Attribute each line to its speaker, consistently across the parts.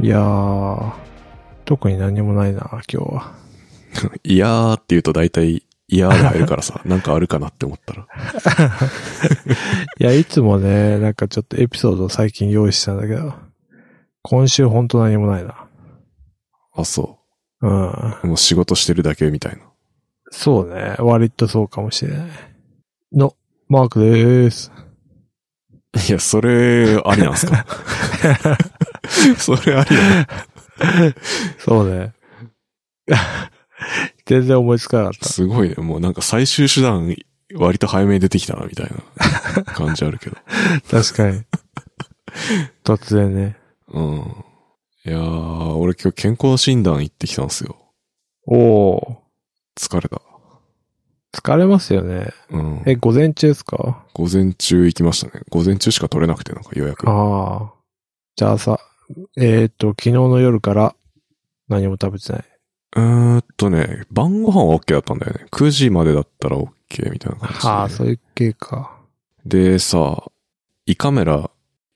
Speaker 1: いやー、特に何もないな、今日は。
Speaker 2: いやーって言うと大体、いやーで入るか らさ、なんかあるかなって思ったら。
Speaker 1: いや、いつもね、なんかちょっとエピソードを最近用意したんだけど、今週ほんと何もないな。
Speaker 2: あ、そ
Speaker 1: うん。
Speaker 2: う。もう仕事してるだけみたいな。
Speaker 1: そうね。割とそうかもしれない。の、マークでーす。
Speaker 2: いや、それ、ありなんす かそれありなの
Speaker 1: そうね。 全然思いつかなかっ
Speaker 2: すごいね。もうなんか最終手段、割と早めに出てきたな、みたいな感じあるけど。
Speaker 1: た。確かに。 突然ね。
Speaker 2: うん。いやー、俺今日健康診断行ってきたんですよ。
Speaker 1: おー。
Speaker 2: 疲れた。
Speaker 1: 疲れますよね。
Speaker 2: うん。
Speaker 1: え、午前中ですか
Speaker 2: 午前中行きましたね。午前中しか取れなくて、なんか予約。
Speaker 1: ああ。じゃあさ、えーっと、昨日の夜から何も食べてない。
Speaker 2: うーんとね、晩ご飯は OK だったんだよね。9時までだったら OK みたいな感じで、
Speaker 1: ああ、そういう系か。
Speaker 2: でさ、胃カメラ、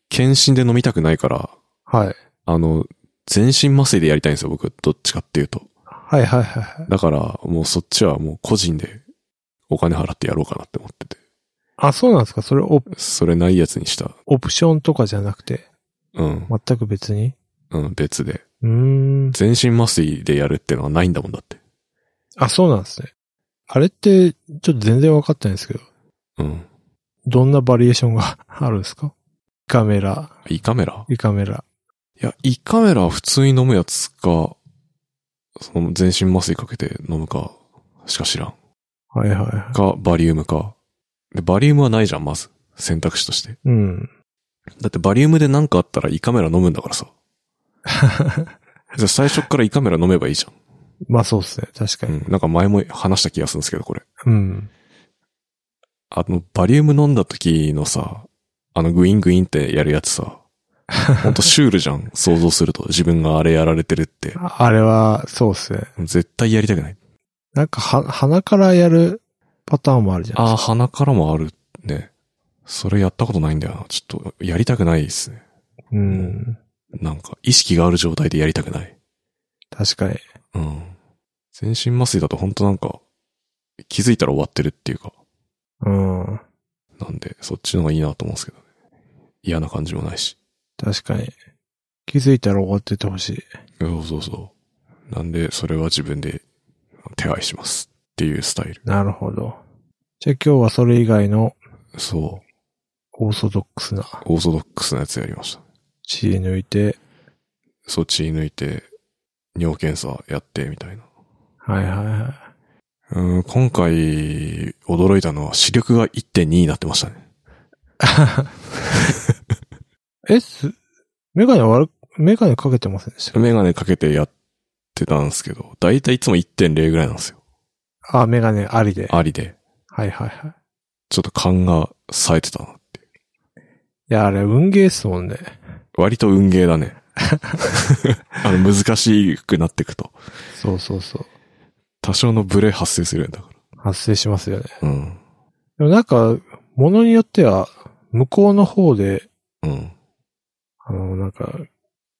Speaker 2: 検診で飲みたくないから、
Speaker 1: はい。
Speaker 2: あの、全身麻酔でやりたいんですよ、僕。どっちかっていうと。
Speaker 1: はいはいはいはい。
Speaker 2: だから、もうそっちはもう個人でお金払ってやろうかなって思ってて。
Speaker 1: あ、そうなんですかそれオプ
Speaker 2: それないやつにした。
Speaker 1: オプションとかじゃなくて、
Speaker 2: うん。
Speaker 1: 全く別に
Speaker 2: うん、別で。
Speaker 1: うーん。
Speaker 2: 全身麻酔でやるってのはないんだもんだって。
Speaker 1: あ、そうなんですね。あれって、ちょっと全然わかってないんですけど、
Speaker 2: うん。
Speaker 1: どんなバリエーションが あるんですか胃カメラ、
Speaker 2: 胃カメラ
Speaker 1: 胃カメラ。
Speaker 2: いや、胃カメラは普通に飲むやつか、その全身麻酔かけて飲むか、しか知らん。
Speaker 1: はいはいは
Speaker 2: か、バリウムか。で、バリウムはないじゃん、まず。選択肢として。
Speaker 1: い。うん。
Speaker 2: だってバリウムでなんかあったら胃カメラ飲むんだからさ。 じゃあ最初っから胃カメラ飲めばいいじゃ
Speaker 1: まあそうですね。確か
Speaker 2: ん。う
Speaker 1: に。
Speaker 2: ん。なんか前も話した気がするんですけど、これ。
Speaker 1: うん。
Speaker 2: あの、バリウム飲んだ時のさ、あの、グイングインってやるやつさ。ほんとシュールじゃん。想像すると。自分があれやられてるって。
Speaker 1: ああれは、そうですね。
Speaker 2: 絶対やりたくない。
Speaker 1: なんか、は、鼻からやるパターンもあるじゃない
Speaker 2: あ
Speaker 1: で
Speaker 2: あ、鼻からもあるね。それやったことないんだよな。ちょっと、やりたくないですね。
Speaker 1: すか。うん。
Speaker 2: なんか、意識がある状態でやりたくない。
Speaker 1: 確かに。
Speaker 2: うん。全身麻酔だと本当なんか、気づいたら終わってるっていうか、
Speaker 1: うん。
Speaker 2: なんで、そっちの方がいいなと思うんですけどね。嫌な感じもないし。
Speaker 1: 確かに。気づいたら終わっててほしい。
Speaker 2: そうそうそう。なんで、それは自分で手配しますっていうスタイル。
Speaker 1: なるほど。じゃあ今日はそれ以外の
Speaker 2: そう。
Speaker 1: オーソドックスな
Speaker 2: オーソドックスなやつやりました。
Speaker 1: 血抜いて、
Speaker 2: そっち抜いて、尿検査やってみたいな。
Speaker 1: はいはいはい。
Speaker 2: うん、今回、驚いたのは視力が1.2になってましたね。
Speaker 1: え、す、メガネ悪く、メガネかけてませんでした
Speaker 2: メガネかけてやってたんですけど、だいたいいつも1.0ぐらいなんですよ。
Speaker 1: あ、メガネありで。
Speaker 2: ありで。
Speaker 1: はいはいはい。い
Speaker 2: ちょっと勘が冴えてたなっていう。
Speaker 1: や、あれ、運ゲーっすもんね。
Speaker 2: 割と運ゲー だね。あの、難しくなっていくと。
Speaker 1: そうそうそう。
Speaker 2: 多少のブレ発生するんだか
Speaker 1: 発生しますよね。
Speaker 2: ら。うん。
Speaker 1: でもなんか、ものによっては、向こうの方で、
Speaker 2: うん。
Speaker 1: あの、なんか、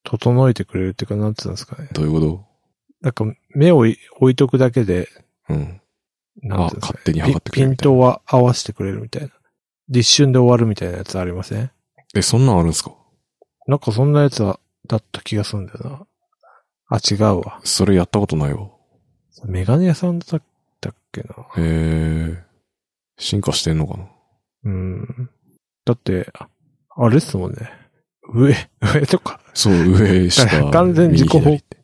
Speaker 1: 整えてくれるっていうか、なんつうんですかね。
Speaker 2: どういうこ
Speaker 1: なんか、目をい置いとくだけで、
Speaker 2: とうん。
Speaker 1: なんつうんですかね
Speaker 2: あ勝手に測ってくれ
Speaker 1: ピ
Speaker 2: る
Speaker 1: ン
Speaker 2: みたいな
Speaker 1: トは合わせてくれるみたいな。で、一瞬で終わるみたいなやつありません
Speaker 2: え、そんなんあるんすか
Speaker 1: なんかそんなやつはだった気がするんだよな。あ、違うわ。
Speaker 2: それやったことないわ。
Speaker 1: メガネ屋さんだったっけな。
Speaker 2: へえ。進化してんのかな
Speaker 1: うん。だって、ああれっすもんね。上、 上とか、
Speaker 2: そう、上、下。
Speaker 1: 完全自己報
Speaker 2: 右左って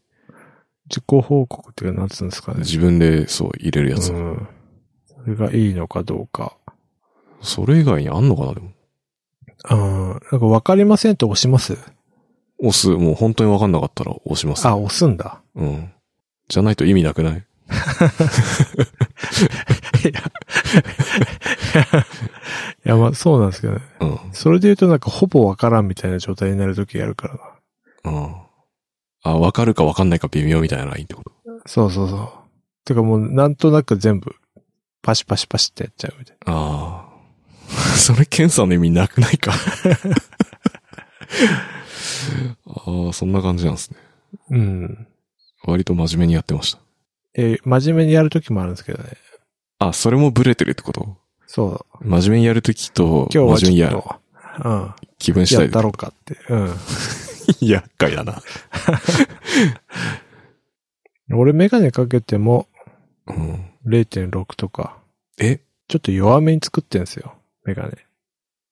Speaker 1: 自己報告っていうか、なんつうんですかね。
Speaker 2: 自分で、そう、入れるやつ。
Speaker 1: うん。それがいいのかどうか。
Speaker 2: それ以外にあんのかなでも。
Speaker 1: うん。なんかわかりませんって押します
Speaker 2: 押す、もう本当にわかんなかったら押します。
Speaker 1: あ、押すんだ。
Speaker 2: うん。じゃないと意味なくない
Speaker 1: いや、いや、まあそうなんですけどね。
Speaker 2: うん。
Speaker 1: それで言うとなんかほぼわからんみたいな状態になるときやるからな。
Speaker 2: うん。あ、わかるかわかんないか微妙みたいなラインってこと。
Speaker 1: そうそうそう。てかもうなんとなく全部、パシパシパシってやっちゃうみたい
Speaker 2: ああ。それ検査の意味なくないか。 ああ、そんな感じなんですね。
Speaker 1: うん。
Speaker 2: 割と真面目にやってました。
Speaker 1: え、真面目にやるときもあるんですけどね。
Speaker 2: あ、それもブレてるってこと
Speaker 1: そう。
Speaker 2: 真面目にやるときと、真
Speaker 1: 今日は
Speaker 2: 面目に
Speaker 1: ちょ
Speaker 2: や
Speaker 1: っ
Speaker 2: る。
Speaker 1: と、うん。
Speaker 2: 気分次
Speaker 1: や
Speaker 2: 第
Speaker 1: っ
Speaker 2: で
Speaker 1: たろうかって。うん。
Speaker 2: 厄介だな。
Speaker 1: 俺メガネかけても
Speaker 2: うん。
Speaker 1: 0.6とか、
Speaker 2: え
Speaker 1: ちょっと弱めに作ってんすよ。メガネ。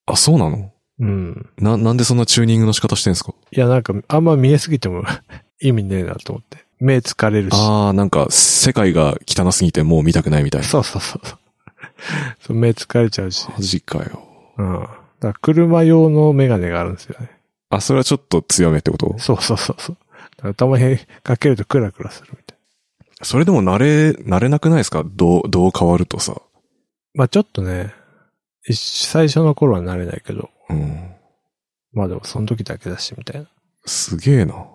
Speaker 2: あ、そうなの
Speaker 1: うん。
Speaker 2: な、なんでそんなチューニングの仕方してんすか
Speaker 1: いや、なんか、あんま見えすぎても 意味ねえなと思って。目疲れるし。
Speaker 2: ああ、なんか、世界が汚すぎてもう見たくないみたいな。
Speaker 1: そうそうそうそう。そう目疲れちゃうし。
Speaker 2: マジかよ。
Speaker 1: うん。だから車用のメガネがあるんですよね。
Speaker 2: あ、それはちょっと強めってこと
Speaker 1: そうそうそうそう。だからたまにかけるとクラクラするみたいな。
Speaker 2: それでも慣れ、慣れなくないですかどう、どう変わるとさ。
Speaker 1: まあちょっとね、一最初の頃は慣れないけど、
Speaker 2: うん。
Speaker 1: まあでもその時だけだしみたいな。
Speaker 2: すげえな。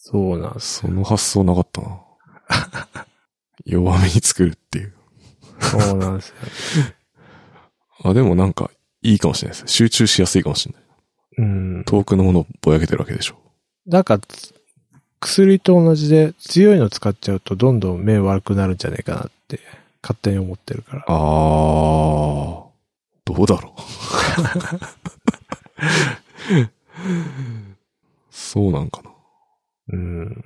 Speaker 1: そうなんです
Speaker 2: その発想なかったな。弱めに作るっていう。
Speaker 1: よ。そうなんですよ。
Speaker 2: あ、でもなんか、いいかもしれないです。集中しやすいかもしれない。
Speaker 1: うん。
Speaker 2: 遠くのものをぼやけてるわけでしょ。
Speaker 1: なんか、つ薬と同じで強いの使っちゃうとどんどん目悪くなるんじゃないかなって勝手に思ってるから。
Speaker 2: あー、どうだろう。そうなんかな。
Speaker 1: うん。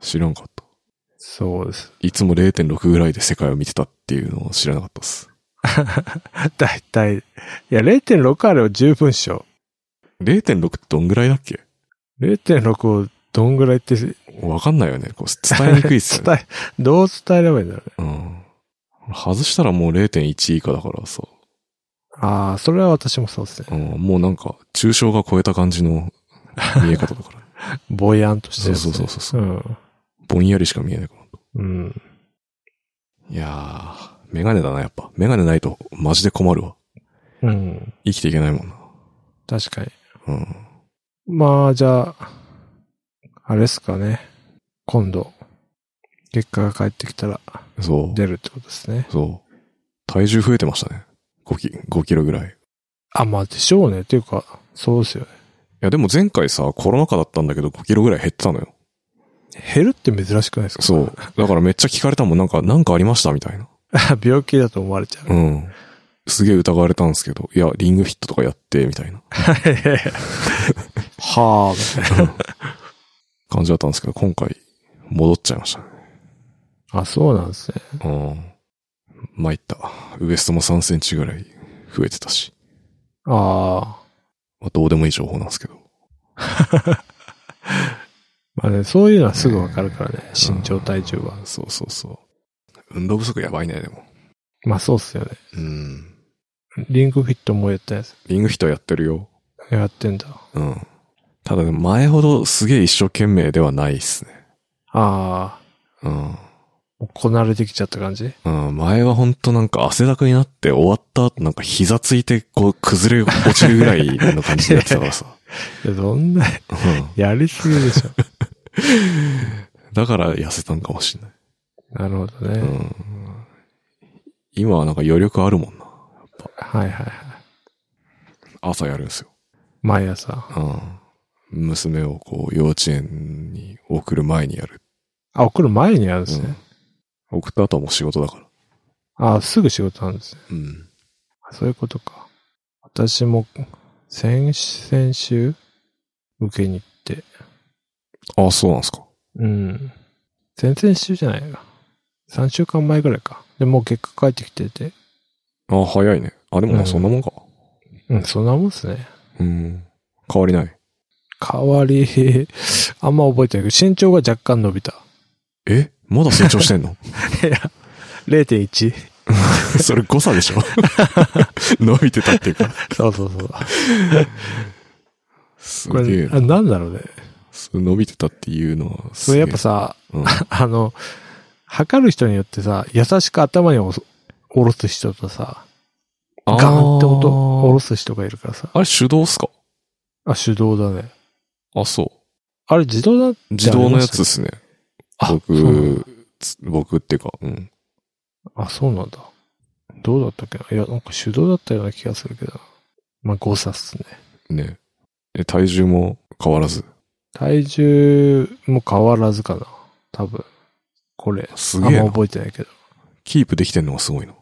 Speaker 2: 知らんかった。
Speaker 1: そうです。
Speaker 2: いつも0.6ぐらいで世界を見てたっていうのを知らなかったっす。
Speaker 1: だいたい。いや、0.6あれば十分っしょ。
Speaker 2: 0.6ってどんぐらいだっけ
Speaker 1: 0.6をどんぐらいって 伝
Speaker 2: わかんないよね。こう伝えにくいっすよね。
Speaker 1: え、どう 伝えればいいんだろうね。
Speaker 2: うん。外したらもう0.1以下だからさ。
Speaker 1: ああ、それは私もそうですね。
Speaker 2: うん、もうなんか、抽象が超えた感じの見え方だから。
Speaker 1: ぼやんとして
Speaker 2: そう
Speaker 1: る、
Speaker 2: そうそううそうそう。
Speaker 1: ん。
Speaker 2: ぼんやりしか見えないから。
Speaker 1: うん。
Speaker 2: いやー、メガネだな、やっぱ。メガネないと、マジで困るわ。
Speaker 1: うん。
Speaker 2: 生きていけないもんな。
Speaker 1: 確かに。
Speaker 2: うん。
Speaker 1: まあ、じゃあ、あれですかね。今度、結果が返ってきたら
Speaker 2: そ
Speaker 1: 出るってことですね。
Speaker 2: う。そう。体重増えてましたね。5キ ,5 キロぐらい。い
Speaker 1: あ、まあでしょうね。っていうか、そうですよね。
Speaker 2: や、でも前回さ、コロナ禍だったんだけど、5キロぐらい減ってたのよ。
Speaker 1: 減るって珍しくないですか
Speaker 2: そう。。だからめっちゃ聞かれたもん、なんか、なんかありましたみたいな。
Speaker 1: 病気だと思われちゃう。
Speaker 2: うん。すげえ疑われたんですけど、いや、リングフィットとかやって、みたいな
Speaker 1: はあ、みたい
Speaker 2: 感じだったんですけど、今回、戻っちゃいましたね。
Speaker 1: な。あ、そうなんですね。
Speaker 2: うん。参った。ウエストも3センチぐらい増えてたし。
Speaker 1: ああ。
Speaker 2: まあ、どうでもいい情報なんですけど。
Speaker 1: まあね、そういうのはすぐわかるからね。身長体重は。
Speaker 2: そうそうそう。運動不足やばいね、でも。
Speaker 1: まあそうっすよね。
Speaker 2: うん。
Speaker 1: リンクフィットもやったやつ。
Speaker 2: リングフィットはやってるよ。
Speaker 1: やってんだ。
Speaker 2: うん。ただね、前ほどすげえ一生懸命ではないっすね。
Speaker 1: ああ。
Speaker 2: うん。
Speaker 1: もうこなれてきちゃった感じ
Speaker 2: うん、前はほんとなんか汗だくになって終わった後なんか膝ついてこう崩れ落ちるぐらいの感じでやってたからさ。
Speaker 1: いや、どんな、
Speaker 2: うん。
Speaker 1: やりすぎでしょ。
Speaker 2: だから痩せたんかもしんない。
Speaker 1: なるほどね。
Speaker 2: うん。今はなんか余力あるもんな。
Speaker 1: はいはいはい。
Speaker 2: 朝やるんですよ。
Speaker 1: 毎朝。
Speaker 2: うん。娘をこう幼稚園に送る前にやる。
Speaker 1: あ、送る前にやるんですね。
Speaker 2: うん、送った後はもう仕事だから。
Speaker 1: あ、すぐ仕事なんですね。
Speaker 2: うん。
Speaker 1: そういうことか。私も、先、先週受けに行って。
Speaker 2: あ、そうなんですか。
Speaker 1: うん。先々週じゃないな。3週間前ぐらいか。で、もう結果返ってきてて。
Speaker 2: あ、早いね。あ、でも
Speaker 1: う
Speaker 2: なんそんなもんか。
Speaker 1: うん、そんなもんっすね。
Speaker 2: うん。変わりない。
Speaker 1: 代わり、 あんま覚えてないけど、身長が若干伸びた。
Speaker 2: えまだ成長して んの
Speaker 1: 0.1?
Speaker 2: それ誤差でしょ 伸びてたっていうか。
Speaker 1: そうそうそう。
Speaker 2: す
Speaker 1: こ
Speaker 2: げえ
Speaker 1: れ、
Speaker 2: な
Speaker 1: あなんだろうね。
Speaker 2: す伸びてたっていうのはす
Speaker 1: そ
Speaker 2: げ
Speaker 1: れや
Speaker 2: え。
Speaker 1: っぱさ、
Speaker 2: うん、
Speaker 1: あの、測る人によってさ、優しく頭におそ下ろす人とさ、ガーンって音、下ろす
Speaker 2: す。
Speaker 1: 人がいるからさ。
Speaker 2: あれ手動っすか
Speaker 1: あ、手動だね。
Speaker 2: あ、そう。
Speaker 1: あれ自動だ
Speaker 2: 自動のやつですね。
Speaker 1: あそう
Speaker 2: 僕、つ僕っていうか、うん。
Speaker 1: あ、そうなんだ。どうだったっけないや、なんか手動だったような気がするけどな。まあ、誤差っすね。
Speaker 2: ね。え体重も変わらず。
Speaker 1: 体重も変わらずかな。多分。これ。
Speaker 2: す
Speaker 1: あん
Speaker 2: げえ
Speaker 1: ま
Speaker 2: な。
Speaker 1: 覚えてないけど。
Speaker 2: キープできてんのがすごいの。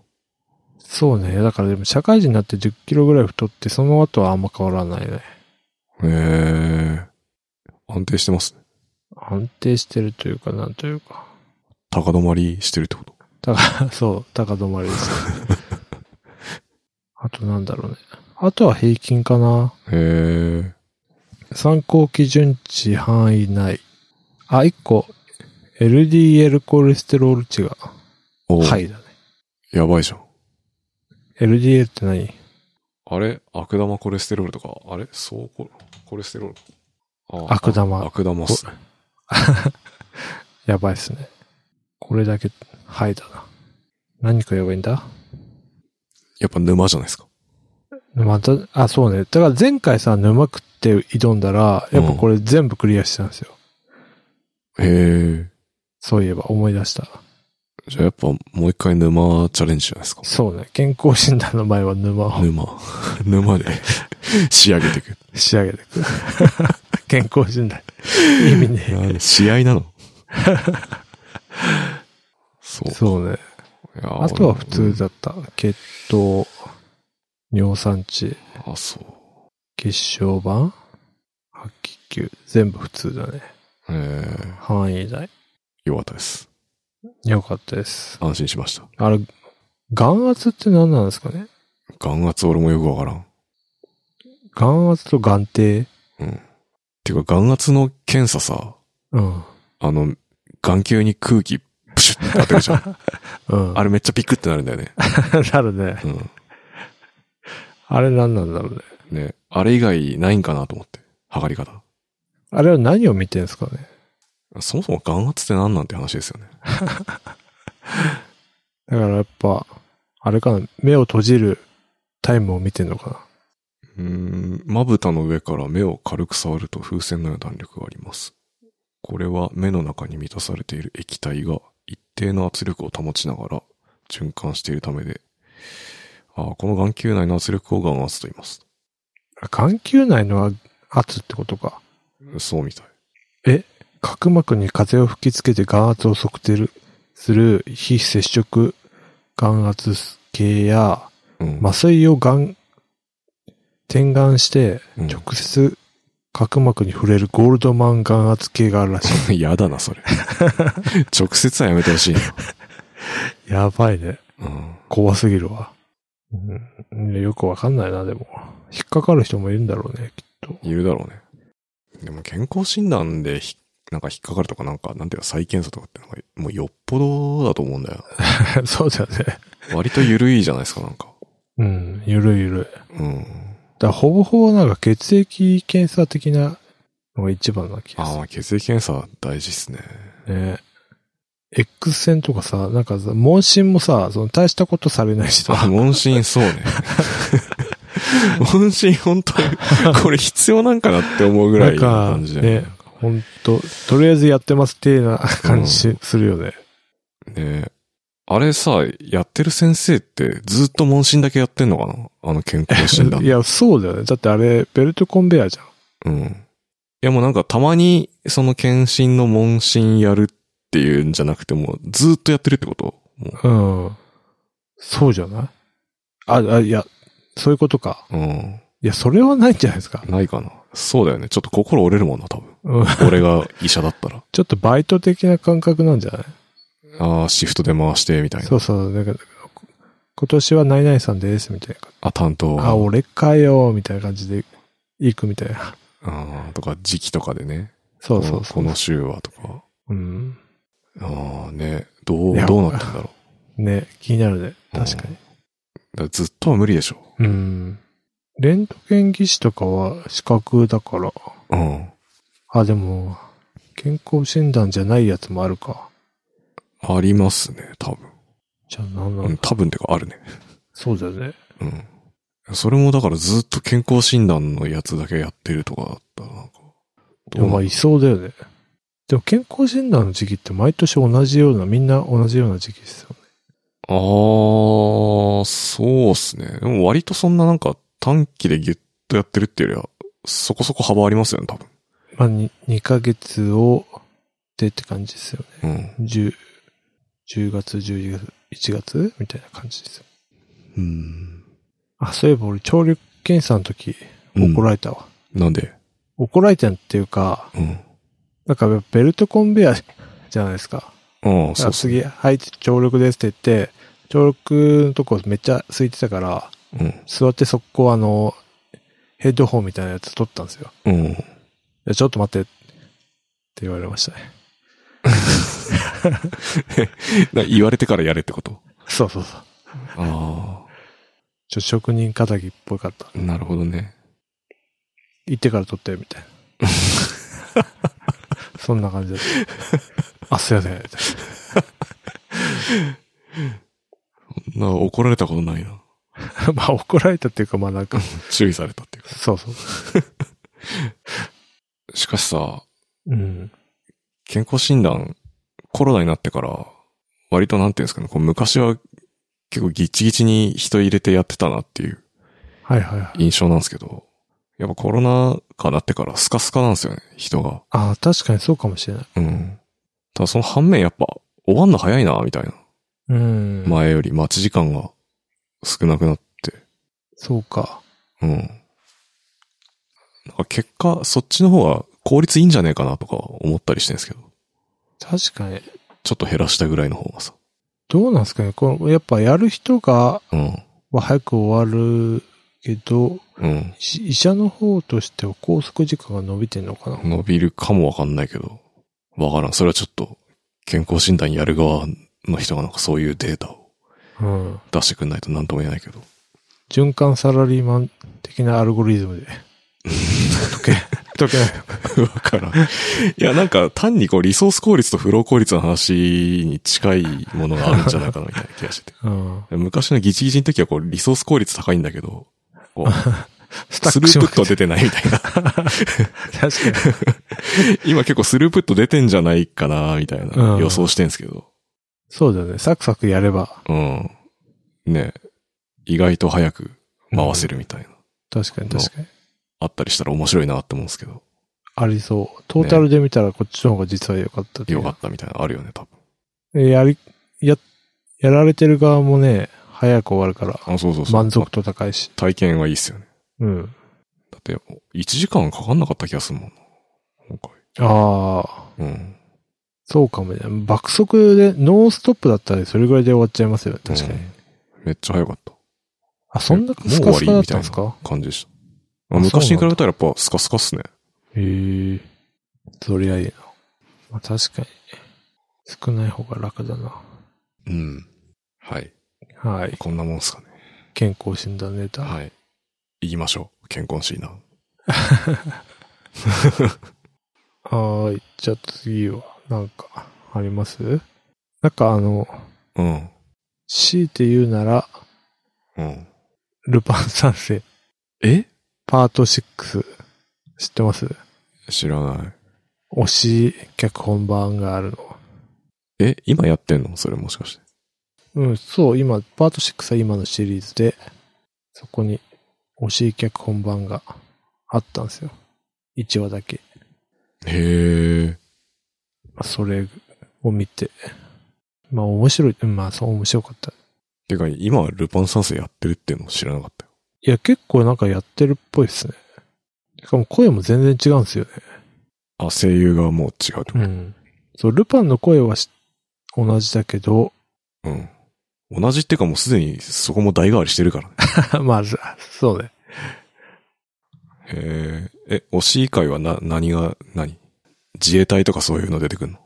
Speaker 1: そうね。だからでも社会人になって10キロぐらい太って、その後はあんま変わらないね。
Speaker 2: へえ。安定してますね。
Speaker 1: 安定してるというか、なんというか。
Speaker 2: 高止まりしてるってこと。
Speaker 1: そう、高止まりです。 あとなんだろうね。あとは平均かな。
Speaker 2: へえ。
Speaker 1: 参考基準値範囲内。あ、1個。LDL コレステロール値が
Speaker 2: お。
Speaker 1: はいいだね。
Speaker 2: やばいじゃん。
Speaker 1: LDL って何
Speaker 2: あれ悪玉コレステロールとか、あれそうココレステロールあ
Speaker 1: 悪玉
Speaker 2: 悪玉っすね。
Speaker 1: やばいっすね。これだけ、はいだな。何食えばいいんだ
Speaker 2: やっぱ沼じゃないですか。
Speaker 1: また、あ、そうね。だから前回さ、沼食って挑んだら、やっぱこれ全部クリアしてたんですよ。
Speaker 2: へえ。
Speaker 1: そういえば思い出した。
Speaker 2: じゃあやっぱもう一回沼チャレンジじゃないですか。
Speaker 1: そうね。健康診断の前は沼を
Speaker 2: 沼。沼で仕上げていく。
Speaker 1: 仕上げていく。 健康診断。意味ね
Speaker 2: なんで試合なのそう
Speaker 1: え。。 そうね。
Speaker 2: いや
Speaker 1: あとは普通。だった。血糖、尿酸値、
Speaker 2: 俺あ、そう。
Speaker 1: 血小板、白血球。全部普通だね。
Speaker 2: ええ
Speaker 1: 範囲内。
Speaker 2: よかったです。
Speaker 1: よかったです。
Speaker 2: 安心しました。
Speaker 1: あれ、眼圧って何なんですかね
Speaker 2: 眼圧俺もよくわからん。
Speaker 1: 眼圧と眼底。
Speaker 2: てか眼圧の検査さ、
Speaker 1: うん。
Speaker 2: あの、眼球に空気プシュって当てるじ ゃん。
Speaker 1: うん。
Speaker 2: あれめっちゃピクってなるんだよね。
Speaker 1: なるね。
Speaker 2: うん。
Speaker 1: あれ何なんだろうね。
Speaker 2: ね、あれ以外ないんかなと思って。測り方。
Speaker 1: あれは何を見てんですかね。
Speaker 2: そもそも眼圧って何なんて話ですよね。
Speaker 1: だからやっぱ、あれかな。目を閉じるタイムを見てんのかな。
Speaker 2: うーん、まぶたの上から目を軽く触ると風船のような弾力があります。これは目の中に満たされている液体が一定の圧力を保ちながら循環しているためで、あーこの眼球内の圧力を眼圧と言います。
Speaker 1: 眼球内の圧ってことか。
Speaker 2: そうみたい。
Speaker 1: 角膜に風を吹きつけて眼圧を測定する非接触眼圧計や、
Speaker 2: うん。
Speaker 1: 麻酔を眼、点眼して
Speaker 2: うん
Speaker 1: 直接角膜に触れるゴールドマン眼圧計があるらし
Speaker 2: やだな、それ。直接はやめてほしいな。
Speaker 1: い。 やばいね。
Speaker 2: うん。
Speaker 1: 怖すぎるわ。うん、よくわかんないな、でも。引っかかる人もいるんだろうね、きっと。
Speaker 2: いるだろうね。でも健康診断でひ、なんか引っかかるとかなんか、なんていうか再検査とかってなんか、もうよっぽどだと思うんだよ。
Speaker 1: そうだよね。
Speaker 2: 割と緩いじゃないですか、なんか。
Speaker 1: うん、ゆるゆるい。だか
Speaker 2: うん。
Speaker 1: らほぼほぼなんか血液検査的なのが一番な気がす
Speaker 2: あ
Speaker 1: る。
Speaker 2: まあ、血液検査大事っすね。
Speaker 1: ね X 線とかさ、なんかさ、問診もさ、その大したことされないし
Speaker 2: あ、
Speaker 1: さ、
Speaker 2: 問診そうね。 問診本当に、これ必要なんかなって思うぐらいの
Speaker 1: なん
Speaker 2: 感じ
Speaker 1: か
Speaker 2: だよ
Speaker 1: ね、ほんと、とりあえずやってますってな感じするよね。
Speaker 2: ねえあれさ、やってる先生ってずっと問診だけやってんのかなあの健康診 断。
Speaker 1: いや、そうだよね。だってあれ、ベルトコンベアじゃん。
Speaker 2: うん。いやもうなんかたまにその検診の問診やるっていうんじゃなくてもうずっとやってるってこと
Speaker 1: う
Speaker 2: も
Speaker 1: ん。そうじゃないあ、あ、いや、そういうことか。
Speaker 2: う。うん。
Speaker 1: いや、それはないんじゃないですか。
Speaker 2: ないかな。そうだよね。ちょっと心折れるもんな、多分。
Speaker 1: うん。
Speaker 2: 俺が医者だったら。
Speaker 1: ちょっとバイト的な感覚なんじゃない
Speaker 2: ああ、シフトで回して、みたいな
Speaker 1: そ。うそう。だから、こ今年はナイナイさんです、みたいな。
Speaker 2: あ、担当。
Speaker 1: あ、俺かよ、みたいな感じで行くみたいな。
Speaker 2: ああ、とか時期とかでね。
Speaker 1: そうそうそ
Speaker 2: こ
Speaker 1: う。
Speaker 2: のこの週はとか。
Speaker 1: うん。
Speaker 2: ああ、ね。どう
Speaker 1: い、や
Speaker 2: どうなってんだろ
Speaker 1: ね、気になるね。
Speaker 2: うん
Speaker 1: 確かに。
Speaker 2: う。だからずっとは無理でしょ。
Speaker 1: うん。レントゲン技師とかは資格だから。
Speaker 2: うん。
Speaker 1: あ、でも、健康診断じゃないやつもあるか。
Speaker 2: ありますね、多分。
Speaker 1: じゃあ何な
Speaker 2: うんん、
Speaker 1: だ
Speaker 2: 多分ってかあるね。
Speaker 1: そうだよね。
Speaker 2: うん。それもだからずっと健康診断のやつだけやってるとかだったらなんか。
Speaker 1: でもまあ、いそうだよね。でも健康診断の時期って毎年同じような、みんな同じような時期ですよね。
Speaker 2: あー、そうっすね。でも割とそんななんか短期でギュッとやってるっていうよりは、そこそこ幅ありますよね、多分。
Speaker 1: まあ、に 2, ヶ月をでって感じですよね。
Speaker 2: うん。
Speaker 1: 10, 10月、12月、1月みたいな感じですよ。
Speaker 2: うん。
Speaker 1: あ、そういえば俺、聴力検査の時、
Speaker 2: うん
Speaker 1: 怒られたわ。
Speaker 2: なんで
Speaker 1: 怒られたっていうか、
Speaker 2: うん。
Speaker 1: なんかベルトコンベヤじゃないですか。
Speaker 2: あ
Speaker 1: だか
Speaker 2: あ、そ
Speaker 1: ら
Speaker 2: うそう。
Speaker 1: 次、はい、聴力ですって言って、聴力のとこめっちゃ空いてたから、
Speaker 2: うん。
Speaker 1: 座って速攻あの、ヘッドホンみたいなやつ取ったんですよ。
Speaker 2: うん。
Speaker 1: いやちょっと待って、って言われましたね。
Speaker 2: な言われてからやれってこと
Speaker 1: そうそうそう。
Speaker 2: あ
Speaker 1: ちょ、職人仇っぽかった。
Speaker 2: あ、なるほどね。
Speaker 1: 行ってから撮って、みたいな。 そんな感じだった。あ、すいません。
Speaker 2: そんな怒られたことないな。
Speaker 1: まあ、怒られたっていうか、まあなんか、
Speaker 2: 注意されたっていうか。
Speaker 1: そうそう。
Speaker 2: しかしさ、
Speaker 1: うん。
Speaker 2: 健康診断、コロナになってから、割となんていうんですかね、こう昔は結構ギチギチに人入れてやってたなっていう
Speaker 1: はいはいはい。
Speaker 2: 印象なんですけど、やっぱコロナ禍になってからスカスカなんですよね、人が。
Speaker 1: ああ、確かにそうかもしれない。
Speaker 2: うん。ただその反面やっぱ終わんの早いな、みたいな。
Speaker 1: うん。まあ、
Speaker 2: 前より待ち時間が少なくなって。
Speaker 1: そうか。
Speaker 2: うん。なんか結果、そっちの方が効率いいんじゃねえかなとか思ったりしてるんですけど。
Speaker 1: 確かに。
Speaker 2: ちょっと減らしたぐらいの方がさ。
Speaker 1: どうなんですかねこのやっぱやる人が、
Speaker 2: うん。
Speaker 1: は早く終わるけど、
Speaker 2: うん。
Speaker 1: 医医者の方としては拘束時間が伸びてんのかな
Speaker 2: 伸びるかもわかんないけど。わからん。それはちょっと、健康診断やる側の人がなんかそういうデータを
Speaker 1: うん。
Speaker 2: 出してくんないとなんとも言えないけど。
Speaker 1: 循環サラリーマン的なアルゴリズムで。解け、解けない。
Speaker 2: わからん。いや、なんか単にこうリソース効率とフロー効率の話に近いものがあるんじゃないかなみたいな気がしてて。
Speaker 1: うん。
Speaker 2: 昔のギチギチの時はこうリソース効率高いんだけど、こう
Speaker 1: スタ
Speaker 2: ス
Speaker 1: ッ
Speaker 2: ル
Speaker 1: クし
Speaker 2: ー
Speaker 1: ま
Speaker 2: プ
Speaker 1: くっ
Speaker 2: ッ
Speaker 1: て
Speaker 2: ト出てないみたいな。
Speaker 1: 確かに。
Speaker 2: 今結構スループット出てんじゃないかな、みたいな
Speaker 1: うん
Speaker 2: 予想してんすけど。
Speaker 1: そうだよね。サクサクやれば。
Speaker 2: うん。ね意外と早く回せるみたいな。
Speaker 1: 確かに確かに。
Speaker 2: あったりしたら面白いなって思うんですけど。
Speaker 1: ありそう。トータルで見たらこっちの方が実は良かったという
Speaker 2: よかったみたいなのあるよね、多分。
Speaker 1: やり、や、やられてる側もね、早く終わるから、
Speaker 2: あ、そうそうそう。
Speaker 1: 満足度高いし。
Speaker 2: 体験はいいっすよね。
Speaker 1: うん。
Speaker 2: だって、1時間かかんなかった気がするもんな。今回。
Speaker 1: ああ、
Speaker 2: うん。
Speaker 1: そうかもね。爆速で、ノーストップだったらそれぐらいで終わっちゃいますよね。確かに。
Speaker 2: うんめっちゃ早かった。
Speaker 1: あ、そんなスカスカだったんですか
Speaker 2: 感じでした。
Speaker 1: あ
Speaker 2: あ昔に比
Speaker 1: そうな
Speaker 2: べたらやっぱスカスカっすね。
Speaker 1: へえ。そりゃいいな。まあ確かに。少ない方が楽だな。
Speaker 2: うん。はい。
Speaker 1: はい。
Speaker 2: こんなもんっすかね。
Speaker 1: 健康診断ネタ。
Speaker 2: はい。言いましょう。健康診断。
Speaker 1: はーい。じゃあ次は、なんか、ありますなんかあの、
Speaker 2: うん。
Speaker 1: 強いて言うなら、
Speaker 2: うん。
Speaker 1: ルパン三世、
Speaker 2: え
Speaker 1: パート6、知ってます
Speaker 2: 知らない。
Speaker 1: 推し脚本版があるの。
Speaker 2: え今やってんのそれもしかして。
Speaker 1: うん、そう、今、パート6は今のシリーズで、そこに推し脚本版があったんですよ。1話だけ。
Speaker 2: へえ。
Speaker 1: まあそれを見て、まあ面白い、うんまあそう面白かった。
Speaker 2: てか、今、ルパン三世やってるっていうの知らなかったよ。
Speaker 1: いや、結構なんかやってるっぽいですね。しかも声も全然違うんですよね。
Speaker 2: あ、声優がもう違うってこ
Speaker 1: ん。そう、ルパンの声はし同じだけど、
Speaker 2: と。うん。同じっていうかもうすでにそこも代替わりしてるからね。
Speaker 1: まあ、そそうね。
Speaker 2: へえ。え、推し以外はな、何が、何自衛隊とかそういうの出てくんの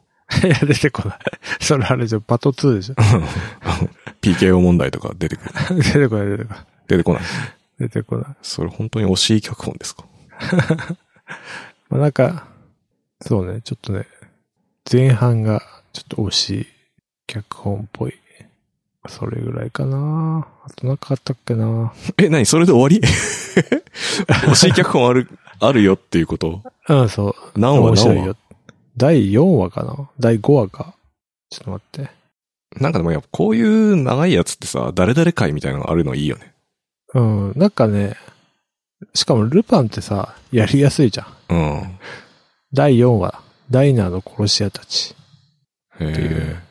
Speaker 1: いや、出てこない。それあれじゃ、パト2でしょ。
Speaker 2: PKO 問題とか出てくる。
Speaker 1: 出てこない、出てこない。出
Speaker 2: 出てこない。
Speaker 1: てこない。
Speaker 2: それ本当に惜しい脚本ですか
Speaker 1: まあなんか、そうね、ちょっとね、前半がちょっと惜しい脚本っぽい。それぐらいかなあとなんかあったっけな
Speaker 2: え、何それで終わり 惜しい脚本ある、あるよっていう こと
Speaker 1: うん、そう。
Speaker 2: 何話
Speaker 1: 面白い
Speaker 2: 何話
Speaker 1: よ。第4話かな第5話か。ちょっと待って。
Speaker 2: なんかでもやっぱこういう長いやつってさ、誰々回みたいなのがあるのいいよね。
Speaker 1: うん、なんかね、しかもルパンってさ、やりやすいじゃん。
Speaker 2: うん。
Speaker 1: 第4話、ダイナーの殺し屋たち。
Speaker 2: へ
Speaker 1: ってい
Speaker 2: え
Speaker 1: う。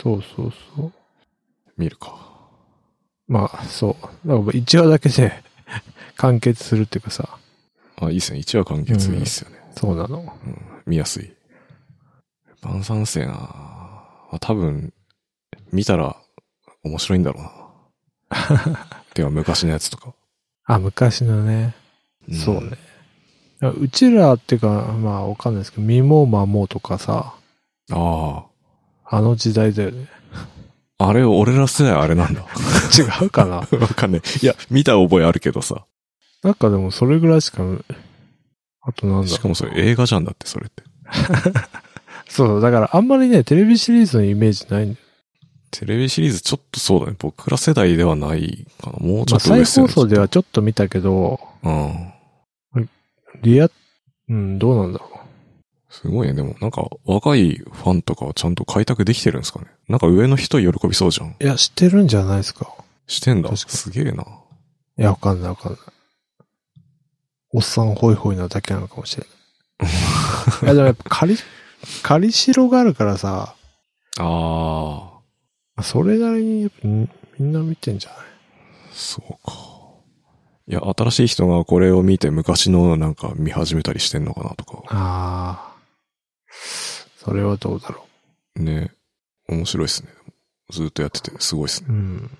Speaker 1: そうそうそう。
Speaker 2: 見るか。
Speaker 1: まあ、そう。だから1話だけで 完結するっていうかさ、
Speaker 2: あ、いいっすね。1話完結
Speaker 1: うん
Speaker 2: いいっすよね。
Speaker 1: そうなの。
Speaker 2: うん。見やすい。晩餐生なまあ多分、見たら面白いんだろう な。では昔のやつとか。
Speaker 1: あ、昔のね。
Speaker 2: ん
Speaker 1: そうね。。だからうちらっていうか、まあわかんないですけど、ミモマモとかさ、
Speaker 2: あ
Speaker 1: あの時代だよね。
Speaker 2: あ。あれ、俺ら世代あれなんだ。
Speaker 1: 違うかな
Speaker 2: わかんない。いや、見た覚えあるけどさ。
Speaker 1: なんかでもそれぐらいしか、あとなんだろう
Speaker 2: しかもそれ映画じゃんだって、それって。
Speaker 1: そう、だからあんまりね、テレビシリーズのイメージないんだよ。
Speaker 2: テレビシリーズちょっとそうだね。僕ら世代ではないかな。もうち
Speaker 1: まあ、
Speaker 2: ょっと上
Speaker 1: 再
Speaker 2: っすよ
Speaker 1: 放
Speaker 2: ね
Speaker 1: 送ではちょっと見たけど、
Speaker 2: うん。
Speaker 1: リア、うん、どうなんだろ
Speaker 2: すごいね。でもなんか若いファンとかはちゃんと開拓できてるんですかね。なんか上の人喜びそうじゃん。
Speaker 1: う。いや、知ってるんじゃないですか。
Speaker 2: してんだ。
Speaker 1: 確かに
Speaker 2: すげえな。
Speaker 1: いや、わかんないわかんない。おっさんホイホイなだけなのかもしれな い。いや、でもやっぱ仮、仮城があるからさ、
Speaker 2: あ
Speaker 1: それなりにやっぱんみんな見てんじゃない
Speaker 2: あ、そうか。いや、新しい人がこれを見て昔のなんか見始めたりしてんのかなとか。
Speaker 1: ああ。それはどうだろ
Speaker 2: ね。面白いっすね。ずっとやっててすごいっすね。
Speaker 1: う。うん。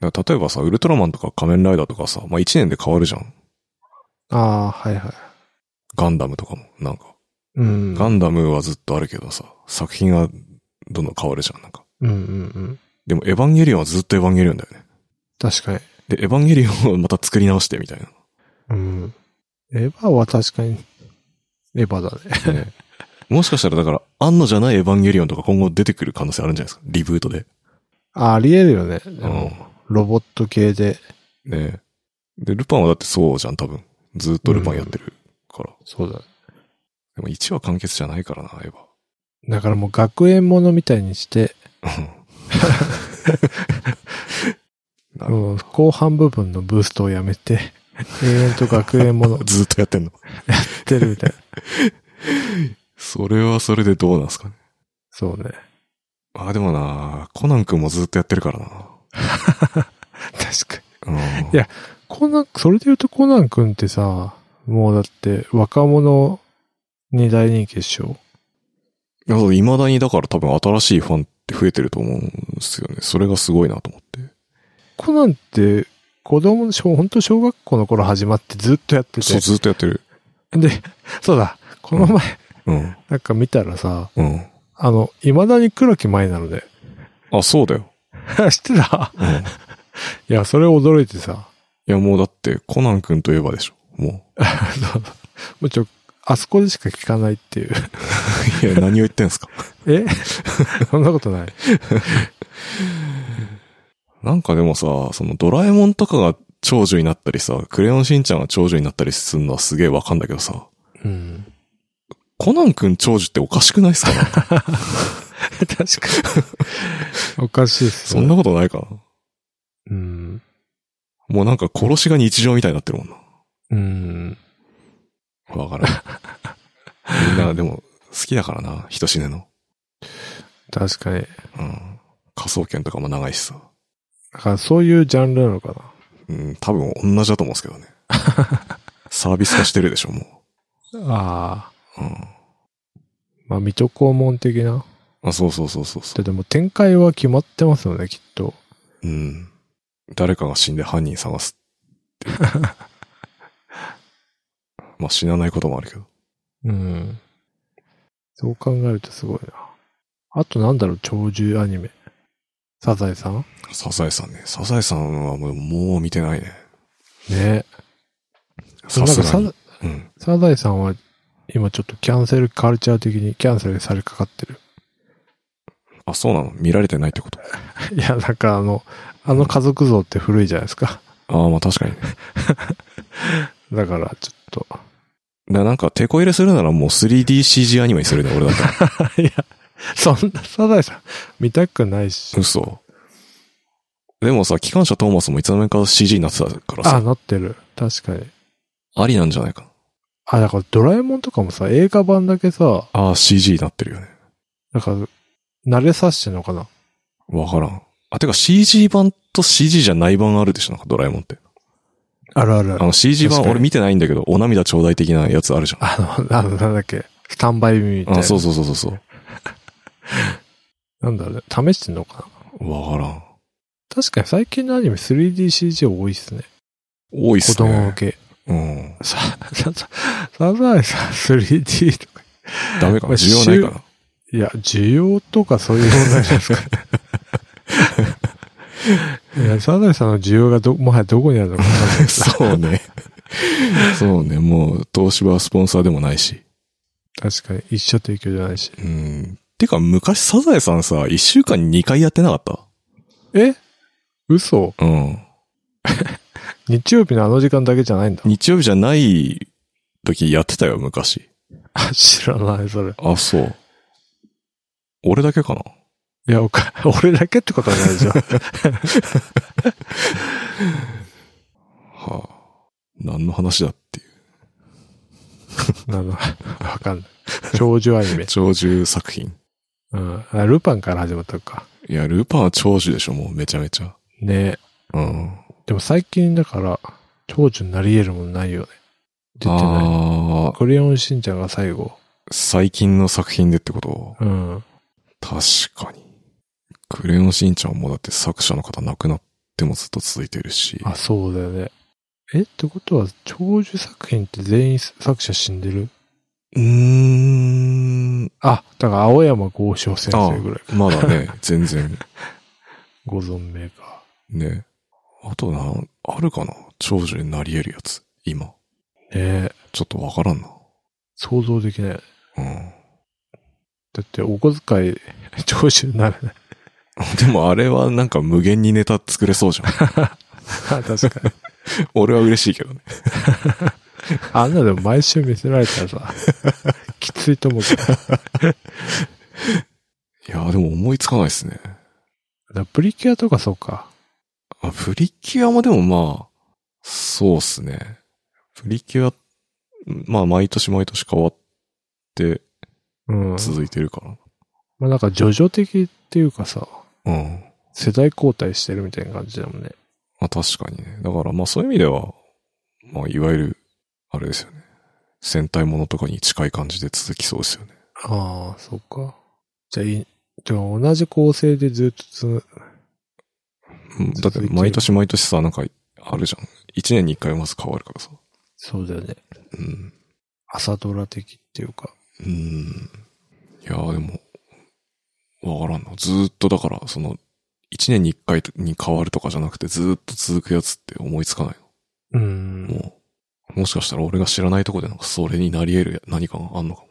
Speaker 2: だから例えばさ、ウルトラマンとか仮面ライダーとかさ、まあ1年で変わるじゃん。
Speaker 1: ああ、はいはい。
Speaker 2: ガンダムとかも。なんか。
Speaker 1: うん。
Speaker 2: ガンダムはずっとあるけどさ、作品がどんどん変わるじゃん。なんか。
Speaker 1: うんうんうん。
Speaker 2: でもエヴァンゲリオンはずっとエヴァンゲリオンだよね。
Speaker 1: 確かに。
Speaker 2: で、エヴァンゲリオンをまた作り直してみたい
Speaker 1: うん。エヴァは確かに、エヴァだね。
Speaker 2: な。ねもしかしたらだから、あんのじゃないエヴァンゲリオンとか今後出てくる可能性あるんじゃないですかリブートで。
Speaker 1: あ、ありえるよね。で
Speaker 2: う
Speaker 1: も
Speaker 2: ん。
Speaker 1: ロボット系で。
Speaker 2: ねで、ルパンはだってそうじゃん、多分。ずっとルパンやってるから。
Speaker 1: そうだ。
Speaker 2: でも1話完結じゃないからな、エヴ
Speaker 1: だからもう学園ものみたいにして、
Speaker 2: ァ。なるほ
Speaker 1: うん、後半部分のブーストをやめて、永遠と学園もの
Speaker 2: ど。ずっとやってんの。
Speaker 1: ってるみたいな。
Speaker 2: それはそれでどうなんすかね。
Speaker 1: そうね。
Speaker 2: あー、でもな、コナン君もずっとやってるからな。
Speaker 1: 確かに。
Speaker 2: うん。
Speaker 1: やコナン、それで言うとコナン君ってさ、もうだって若者に大人気でしょ
Speaker 2: いや、そう未だにだから多分新しいファンって増えてると思うんですよね。それがすごいなと思って。
Speaker 1: コナンって子供の、小ほんと小学校の頃始まってずっとやって
Speaker 2: そ
Speaker 1: て。
Speaker 2: う、ずっとやってる。
Speaker 1: で、 そうだ、この前
Speaker 2: うん。
Speaker 1: なんか見たらさ、
Speaker 2: うん。
Speaker 1: あの、未だに黒木舞なので。
Speaker 2: あ、そうだよ。
Speaker 1: 知ってた
Speaker 2: うん。い
Speaker 1: いや、それ驚いてさ。
Speaker 2: や、もうだって、コナン君といえばでしょ。も
Speaker 1: そうそうもうちょ、あそこでしか聞かないっていう。
Speaker 2: う。い や、何を言ってんすか。
Speaker 1: え そんなことない。
Speaker 2: なんかでもさ、そのドラえもんとかが長女になったりさ、クレヨンしんちゃんが長女になったりするのはすげえわかんだけどさ、
Speaker 1: うん。
Speaker 2: コナン君長女っておかしくないっすかなんか
Speaker 1: 確かに。お かしいっす
Speaker 2: そ
Speaker 1: ね
Speaker 2: んなことないかな。
Speaker 1: うん。
Speaker 2: もうなんか殺しが日常みたいになってるもんな。
Speaker 1: うん。
Speaker 2: わからん。みんなでも好きだからな、人死ねの。
Speaker 1: 確かに。
Speaker 2: うん。仮想研とかも長いしさ。
Speaker 1: だからそういうジャンルなのかな。
Speaker 2: うん、多分同じだと思うんですけどね。サービス化してるでしょ、も
Speaker 1: ああ。
Speaker 2: う。うん。
Speaker 1: まあ、水戸黄門的な。
Speaker 2: あ、そうそうそうそうそ
Speaker 1: で、でも展開は決まってますよね、きっと。
Speaker 2: う。うん。誰かが死んで犯人探す っていう。まあ死なないこともあるけど。
Speaker 1: うん。そう考えるとすごいな。あとなんだろう、鳥獣アニメ。サザエさんね
Speaker 2: サザエさんね。サザエさんはもうもう見てないね。
Speaker 1: え。
Speaker 2: さすが
Speaker 1: なん
Speaker 2: に
Speaker 1: か。
Speaker 2: うん。
Speaker 1: サザサザエさんは今ちょっとキャンセルカルチャー的にキャンセルされかかってる。
Speaker 2: あ、そうなの見られてないってこと。
Speaker 1: いや、なんかあの、あの家族像って古いじゃないですか。
Speaker 2: ああ、まあ確かにね。
Speaker 1: だからちょっと。
Speaker 2: ななんか、手こ入れするならもう 3DCG アニメにするね、俺だった ら。
Speaker 1: いや、そんなサザエさん見たくないし。
Speaker 2: 嘘。でもさ、機関車トーマスもいつの間にか CG になってたから
Speaker 1: あ、
Speaker 2: さ、
Speaker 1: なってる。確かに。
Speaker 2: ありなんじゃないか。
Speaker 1: あ、だからドラえもんとかもさ、映画版だけさ、
Speaker 2: ああ、CG になってるよね。
Speaker 1: なんか、慣れさせてんのかな
Speaker 2: わからん。あ、てか CG 版と CG じゃない版あるでしょなんかドラえもんって。
Speaker 1: あるある
Speaker 2: あの CG 版
Speaker 1: 確かに
Speaker 2: 俺見てないんだけど、お涙ちょうだい的なやつあるじゃん。
Speaker 1: あの、あの、なんだっけ、スタンバイミーみたいな。
Speaker 2: あ、そうそうそうそうそう
Speaker 1: なんだろうね、試してんのかな。
Speaker 2: わからん。
Speaker 1: 確かに最近のアニメ 3DCG 多いっすね。
Speaker 2: 多いっ
Speaker 1: 子
Speaker 2: す
Speaker 1: 供向
Speaker 2: ね。
Speaker 1: け。
Speaker 2: うん。
Speaker 1: さ、さ、さ、サザエさん 3D とか。
Speaker 2: ダメか
Speaker 1: ま
Speaker 2: な
Speaker 1: あ
Speaker 2: 需要ないか
Speaker 1: いや、需要とかそういう問題じゃない ですか。いや、サザエさんの需要がど、もはやどこにあるのかわかんない
Speaker 2: な そうね。そうね。もう、東芝はスポンサーでもないし。
Speaker 1: 確かに、一緒提供じゃないし。
Speaker 2: うん。てか、昔サザエさんさ、一週間に2回やってなかっ
Speaker 1: え嘘
Speaker 2: たうん。
Speaker 1: 日曜日のあの時間だけじゃないんだ。
Speaker 2: 日曜日じゃない時やってたよ、昔。
Speaker 1: あ、知らない、それ。
Speaker 2: あ、そう。俺だけかない
Speaker 1: や、おか、 俺だけってことはないじゃん。
Speaker 2: はあ、何の話だっていう。
Speaker 1: あの、わかんない。長寿アニメ。
Speaker 2: 長寿作品。
Speaker 1: うん。あルパンから始まったのか。
Speaker 2: いや、ルパンは長寿でしょ、もうめちゃめちゃ。
Speaker 1: ね
Speaker 2: うん。
Speaker 1: でも最近だから、長寿になり得るもんないよね。出てない。
Speaker 2: ああ、
Speaker 1: クレヨンしんちゃんが最後。
Speaker 2: 最近の作品でってこと
Speaker 1: うん。
Speaker 2: 確かに。クレヨンしんちゃんもだって作者の方亡くなってもずっと続いてるし。
Speaker 1: あ、そうだよね。えってことは、長寿作品って全員作者死んでる
Speaker 2: うーん。
Speaker 1: あ、だから青山剛昌先生ぐらいか。
Speaker 2: ま だね、全然。
Speaker 1: ご存命か。
Speaker 2: ね。あとな、あるかな長寿になり得るやつ。今。
Speaker 1: ねえ。
Speaker 2: ちょっとわからんな。
Speaker 1: 想像できないよね。
Speaker 2: うん。
Speaker 1: だって、お小遣い、 長寿にならない。
Speaker 2: でもあれはなんか無限にネタ作れそうじゃ ん。
Speaker 1: あ確かに。
Speaker 2: 俺は嬉しいけどね。
Speaker 1: あんなでも毎週見せられたら さ、きついと思うけど。
Speaker 2: いやーでも思いつかないですね。
Speaker 1: だプリキュアとかそうか。
Speaker 2: あ、プリキュアもでもまあ、そうっすね。プリキュア、まあ毎年毎年変わって
Speaker 1: うん。
Speaker 2: 続いてるか
Speaker 1: まあなんか、ジョジョ的っていうかさ、
Speaker 2: ら。うん。
Speaker 1: 世代交代してるみたいな感じだもんね。
Speaker 2: まあ確かにね。だからまあそういう意味では、まあいわゆる、あれですよね。戦隊ものとかに近い感じで続きそうですよね。
Speaker 1: ああ、そうか。じゃあ、いじゃあ同じ構成でずっとつ、
Speaker 2: うんだって毎年毎年さ、なんかあるじゃん。一年に一回まず変わるからさ。
Speaker 1: そうだよね。
Speaker 2: うん。
Speaker 1: 朝ドラ的っていうか。
Speaker 2: うーん。いやーでも、わからんな。ずーっとだから、その、一年に一回に変わるとかじゃなくて、ずーっと続くやつって思いつかない
Speaker 1: うん。
Speaker 2: の。もう、もしかしたら俺が知らないとこでなんかそれになり得る何かがあんのかも。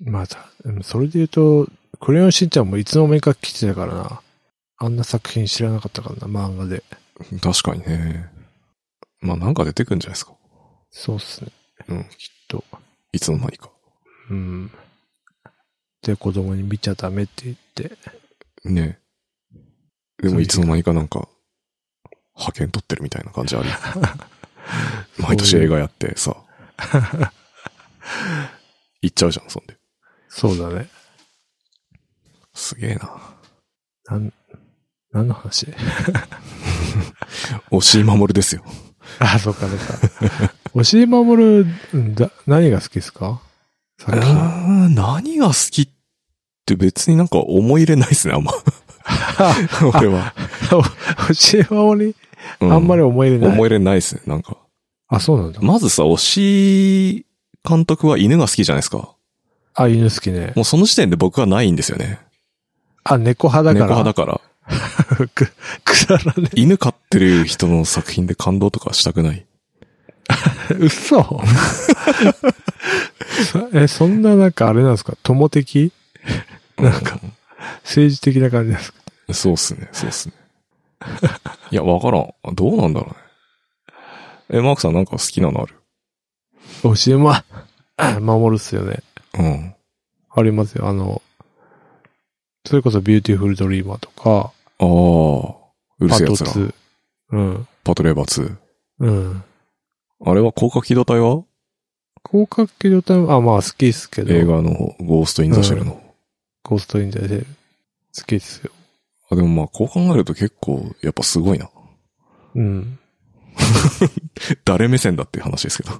Speaker 1: まあた、うんそれで言うと、クレヨンしんちゃんもいつの間にか来てたからな。あんな作品知らなかったからな、漫画で。
Speaker 2: 確かにね。まあなんか出てくんじゃないですか。
Speaker 1: そうっすね。
Speaker 2: う
Speaker 1: き
Speaker 2: ん
Speaker 1: っと。
Speaker 2: いつの間にか。
Speaker 1: うん。で、子供に見ちゃダメって言って。
Speaker 2: ねで
Speaker 1: そうい
Speaker 2: も
Speaker 1: う
Speaker 2: いつの間にかなんか、派遣取ってるみたいな感じ ある。毎年映画やってさ。行っちゃうじゃん、そんで。
Speaker 1: そうだね。
Speaker 2: すげえな。
Speaker 1: なん、何の話
Speaker 2: 押井守ですよ。
Speaker 1: あ、そっか、そっか。 押井守る、だ、何が好きですか作品。
Speaker 2: 何が好きって別になんか思い入れないですね、あんま。俺は。
Speaker 1: 押井守り、
Speaker 2: う
Speaker 1: あんまり思い入れない。
Speaker 2: 思い入れないですね、なんか。
Speaker 1: あ、そうなんだ。
Speaker 2: まずさ、押井監督は犬が好きじゃないですか。
Speaker 1: あ、犬好きね。
Speaker 2: もうその時点で僕はないんですよね。
Speaker 1: あ、猫派だ
Speaker 2: 猫
Speaker 1: から。
Speaker 2: 派だから。
Speaker 1: く、くだらね
Speaker 2: 犬飼ってる人の作品で感動とかしたくない。
Speaker 1: え。嘘 そえ、そんななんかあれなんですか友的なんか、政治的な感じですか
Speaker 2: そうっすね、そうっすね。いや、わからん。どうなんだろうね。え、マークさんなんか好きなのある
Speaker 1: 押井ま、 守るっすよね。
Speaker 2: うん。
Speaker 1: ありますよ。あの、それこそビューティフルドリーマーとか、
Speaker 2: ああ、うる
Speaker 1: パ
Speaker 2: せえ
Speaker 1: ト
Speaker 2: 奴ら。
Speaker 1: 2。うん。
Speaker 2: パトレーバー2。
Speaker 1: うん。
Speaker 2: あれは広角機動隊は
Speaker 1: 広角機動隊も、あ、まあ好きですけど。
Speaker 2: 映。画の方、ゴースト・イン・ザ・シェルの方。
Speaker 1: ゴーストインザシェル。好きですよ。
Speaker 2: あ、でもまあ、こう考えると結構、やっぱすごいな。
Speaker 1: うん。
Speaker 2: 誰目線だっていう話です けど。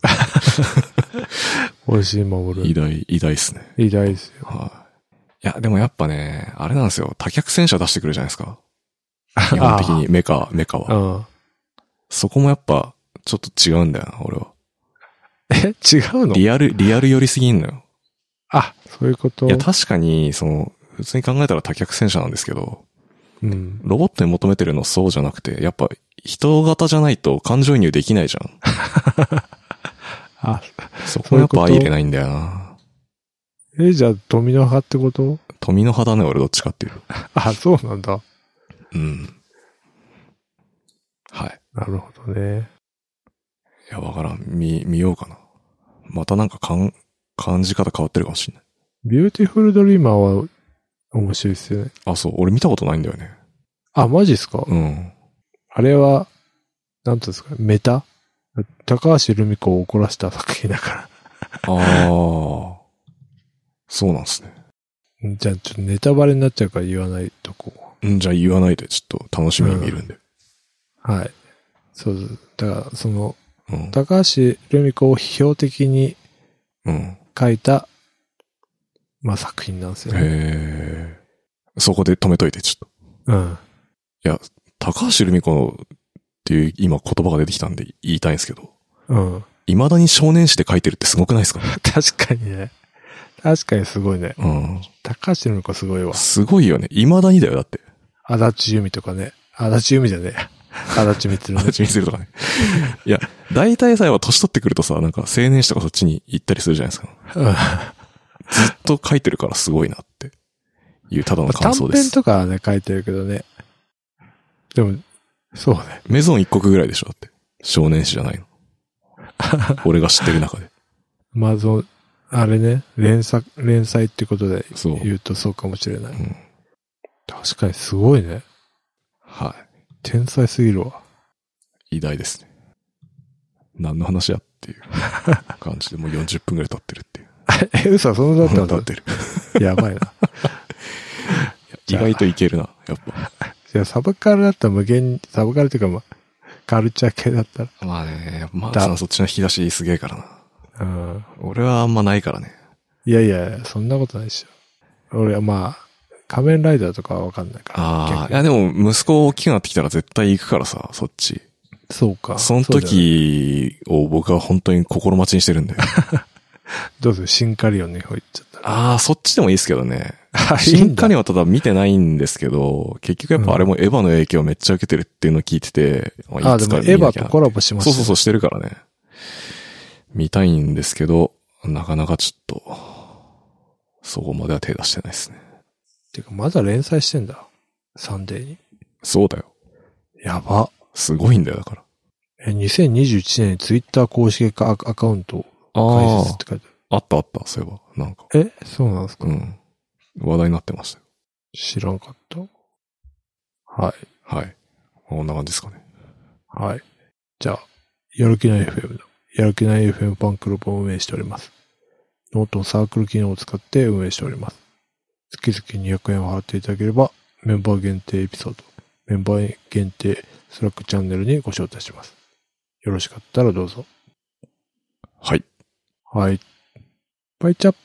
Speaker 1: 美味しい守
Speaker 2: 偉
Speaker 1: る。
Speaker 2: 大、偉大っすね。
Speaker 1: 偉大ですよ。
Speaker 2: はい。いや、でもやっぱね、あれなんですよ。多脚戦車出してくるじゃないですか。基本的にメカ、メカは。
Speaker 1: ああ。
Speaker 2: そこもやっぱ、ちょっと違うんだよな、俺は。
Speaker 1: え、違うの
Speaker 2: リアル、リアル寄りすぎんのよ。
Speaker 1: あ、そういうこと。
Speaker 2: いや、確かに、その、普通に考えたら多脚戦車なんですけど、
Speaker 1: うん。
Speaker 2: ロボットに求めてるのそうじゃなくて、やっぱ人型じゃないと感情移入できないじゃん。
Speaker 1: あ、
Speaker 2: そこもやっぱ
Speaker 1: そういうこと
Speaker 2: 相入れないんだよな。
Speaker 1: え、じゃあ、ドミノ派ってこと
Speaker 2: 富の肌ね、俺どっちかっていう。
Speaker 1: あ、そうなんだ。
Speaker 2: うん。はい。
Speaker 1: なるほどね。
Speaker 2: いや、わからん。見、見ようかな。またなんかかん、感じ方変わってるかもしれない。
Speaker 1: ビューティフルドリーマーは面白いですよね。
Speaker 2: あ、そう。俺見たことないんだよね。
Speaker 1: あ、マジっすか、
Speaker 2: うん。
Speaker 1: あれは、なんていうんですか、メタ高橋留美子を怒らせた作品だか
Speaker 2: ああ。そうなんですね。
Speaker 1: ら。 んじゃあ、ちょっとネタバレになっちゃうから言わないとこ
Speaker 2: うん、じゃあ言わないで、ちょっと楽しみに見るんで。
Speaker 1: はい。そうです。だから、その、
Speaker 2: うん。
Speaker 1: 高橋留美子を批評的に
Speaker 2: うん。
Speaker 1: 書いた、まあ、作品なんですよ
Speaker 2: へ
Speaker 1: ね。
Speaker 2: え。そこで止めといて、ちょっと。
Speaker 1: うん。
Speaker 2: 高橋留美子っていう今言葉が出てきたんで言いたいんですけど、
Speaker 1: うん。
Speaker 2: 未だに少年誌で書いてるってすごくないですか
Speaker 1: 確かにね。確かにすごいね。
Speaker 2: うん。
Speaker 1: 高橋留美子すごいわ。
Speaker 2: すごいよね。未だにだよ、だって。
Speaker 1: 足立由美とかね。足立由美じゃね え。足立みつる
Speaker 2: 足
Speaker 1: ね。
Speaker 2: 立みつるとかね。いや、大体さ、やっぱ年取ってくるとさ、なんか青年誌とかそっちに行ったりするじゃないですか。
Speaker 1: うん
Speaker 2: ずっと書いてるからすごいなっていうただの感
Speaker 1: 短
Speaker 2: 想で
Speaker 1: 編
Speaker 2: す。
Speaker 1: とかはね、書いてるけどね。でも、そうね。
Speaker 2: メゾン一国ぐらいでしょ、だって。少年誌じゃないの。俺が知ってる中で。
Speaker 1: まあ、そのあれね、連作、連載ってことで
Speaker 2: そう。
Speaker 1: 言うとそうかもしれない。
Speaker 2: うん
Speaker 1: 確かにすごいね。
Speaker 2: は
Speaker 1: 天才すぎるわ。
Speaker 2: い。偉大ですね。何の話やっていう感じで、もう40分ぐらい経ってるっていう。
Speaker 1: え、嘘、そんなだ ったん
Speaker 2: 経
Speaker 1: だ
Speaker 2: っ。てる。
Speaker 1: やばいな。
Speaker 2: 意外といけるな、やっぱ。
Speaker 1: いや、サブカルだったら無限に、サブカルっていうか、まあ、カルチャー系だったら。
Speaker 2: まあね、マークさんそっちの引き出しすげえからな。
Speaker 1: うん。
Speaker 2: 俺はあんまないからね。
Speaker 1: いやいや、そんなことないでしょ。俺はまあ、仮面ライダーとかはわかんないから。
Speaker 2: ああ、い
Speaker 1: 逆に
Speaker 2: やでも息子大きくなってきたら絶対行くからさ、そっち。
Speaker 1: そうか。
Speaker 2: その
Speaker 1: うだよね。
Speaker 2: 時を僕は本当に心待ちにしてるんだよ。
Speaker 1: どうするシンカリオンの方行っちゃったら。
Speaker 2: ああ、そっちでもいいですけどね。
Speaker 1: あ
Speaker 2: 進化にはただ見てないんですけど、結局やっぱあれもエヴァの影響めっちゃ受けてるっていうのを聞いてて、ま
Speaker 1: あ、
Speaker 2: い
Speaker 1: で
Speaker 2: つ
Speaker 1: も
Speaker 2: か
Speaker 1: エ
Speaker 2: 見なきゃ
Speaker 1: ヴァとコラボしまし
Speaker 2: そ
Speaker 1: た
Speaker 2: うそうそうしてるからね。見たいんですけど、なかなかちょっと、そこまでは手出してないですね。
Speaker 1: てか、まだ連載してんだ。サンデーに。
Speaker 2: そうだよ。
Speaker 1: やば。
Speaker 2: すごいんだよ、だから。
Speaker 1: え、2021年にツイッター公式アカアカウントを開設って書いて
Speaker 2: あったあった、そういえば。なんか、
Speaker 1: ある。え、そうなんですか、
Speaker 2: うん。話題になってましたよ。
Speaker 1: 知らんかった。はい。
Speaker 2: はい。こんな感じですかね。
Speaker 1: はい。じゃあ、やる気ない FM の、やる気ない FM ファンクロブを運営しております。ノートのサークル機能を使って運営しております。月々200円を払っていただければ、メンバー限定エピソード、メンバー限定スラックチャンネルにご招待します。よろしかったらどうぞ。
Speaker 2: はい。
Speaker 1: はい。バイチャップ